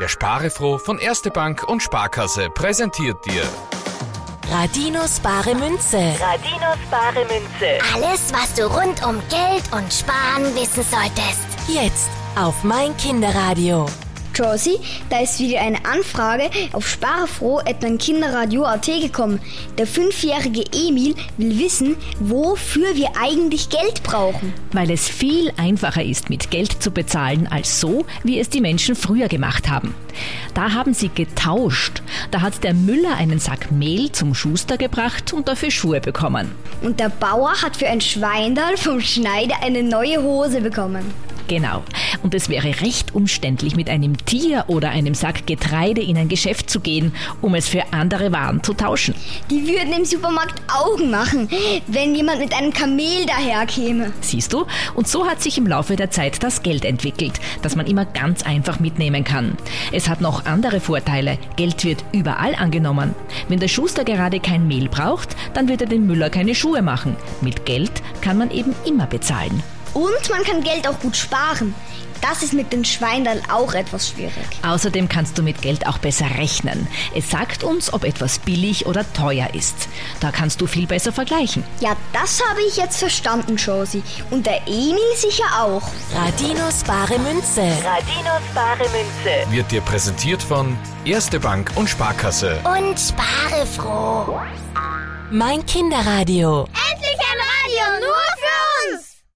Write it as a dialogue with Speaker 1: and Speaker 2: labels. Speaker 1: Der Sparefroh von Erste Bank und Sparkasse präsentiert dir
Speaker 2: Radinos bare Münze.
Speaker 3: Radinos bare Münze.
Speaker 4: Alles, was du rund um Geld und Sparen wissen solltest.
Speaker 2: Jetzt auf mein Kinderradio.
Speaker 5: Josie, da ist wieder eine Anfrage auf sparefroh.kinderradio.at gekommen. Der fünfjährige Emil will wissen, wofür wir eigentlich Geld brauchen.
Speaker 6: Weil es viel einfacher ist, mit Geld zu bezahlen, als so, wie es die Menschen früher gemacht haben. Da haben sie getauscht. Da hat der Müller einen Sack Mehl zum Schuster gebracht und dafür Schuhe bekommen.
Speaker 5: Und der Bauer hat für ein Schweindal vom Schneider eine neue Hose bekommen.
Speaker 6: Genau. Und es wäre recht umständlich, mit einem Tier oder einem Sack Getreide in ein Geschäft zu gehen, um es für andere Waren zu tauschen.
Speaker 5: Die würden im Supermarkt Augen machen, wenn jemand mit einem Kamel daherkäme.
Speaker 6: Siehst du? Und so hat sich im Laufe der Zeit das Geld entwickelt, das man immer ganz einfach mitnehmen kann. Es hat noch andere Vorteile. Geld wird überall angenommen. Wenn der Schuster gerade kein Mehl braucht, dann wird er dem Müller keine Schuhe machen. Mit Geld kann man eben immer bezahlen.
Speaker 5: Und man kann Geld auch gut sparen. Das ist mit den Schweindern auch etwas schwierig.
Speaker 6: Außerdem kannst du mit Geld auch besser rechnen. Es sagt uns, ob etwas billig oder teuer ist. Da kannst du viel besser vergleichen.
Speaker 5: Ja, das habe ich jetzt verstanden, Josie. Und der Emil sicher auch.
Speaker 2: Radinos bare Münze.
Speaker 3: Radinos bare Münze.
Speaker 1: wird dir präsentiert von Erste Bank und Sparkasse.
Speaker 4: Und sparefroh.
Speaker 2: Mein Kinderradio.
Speaker 4: Endlich!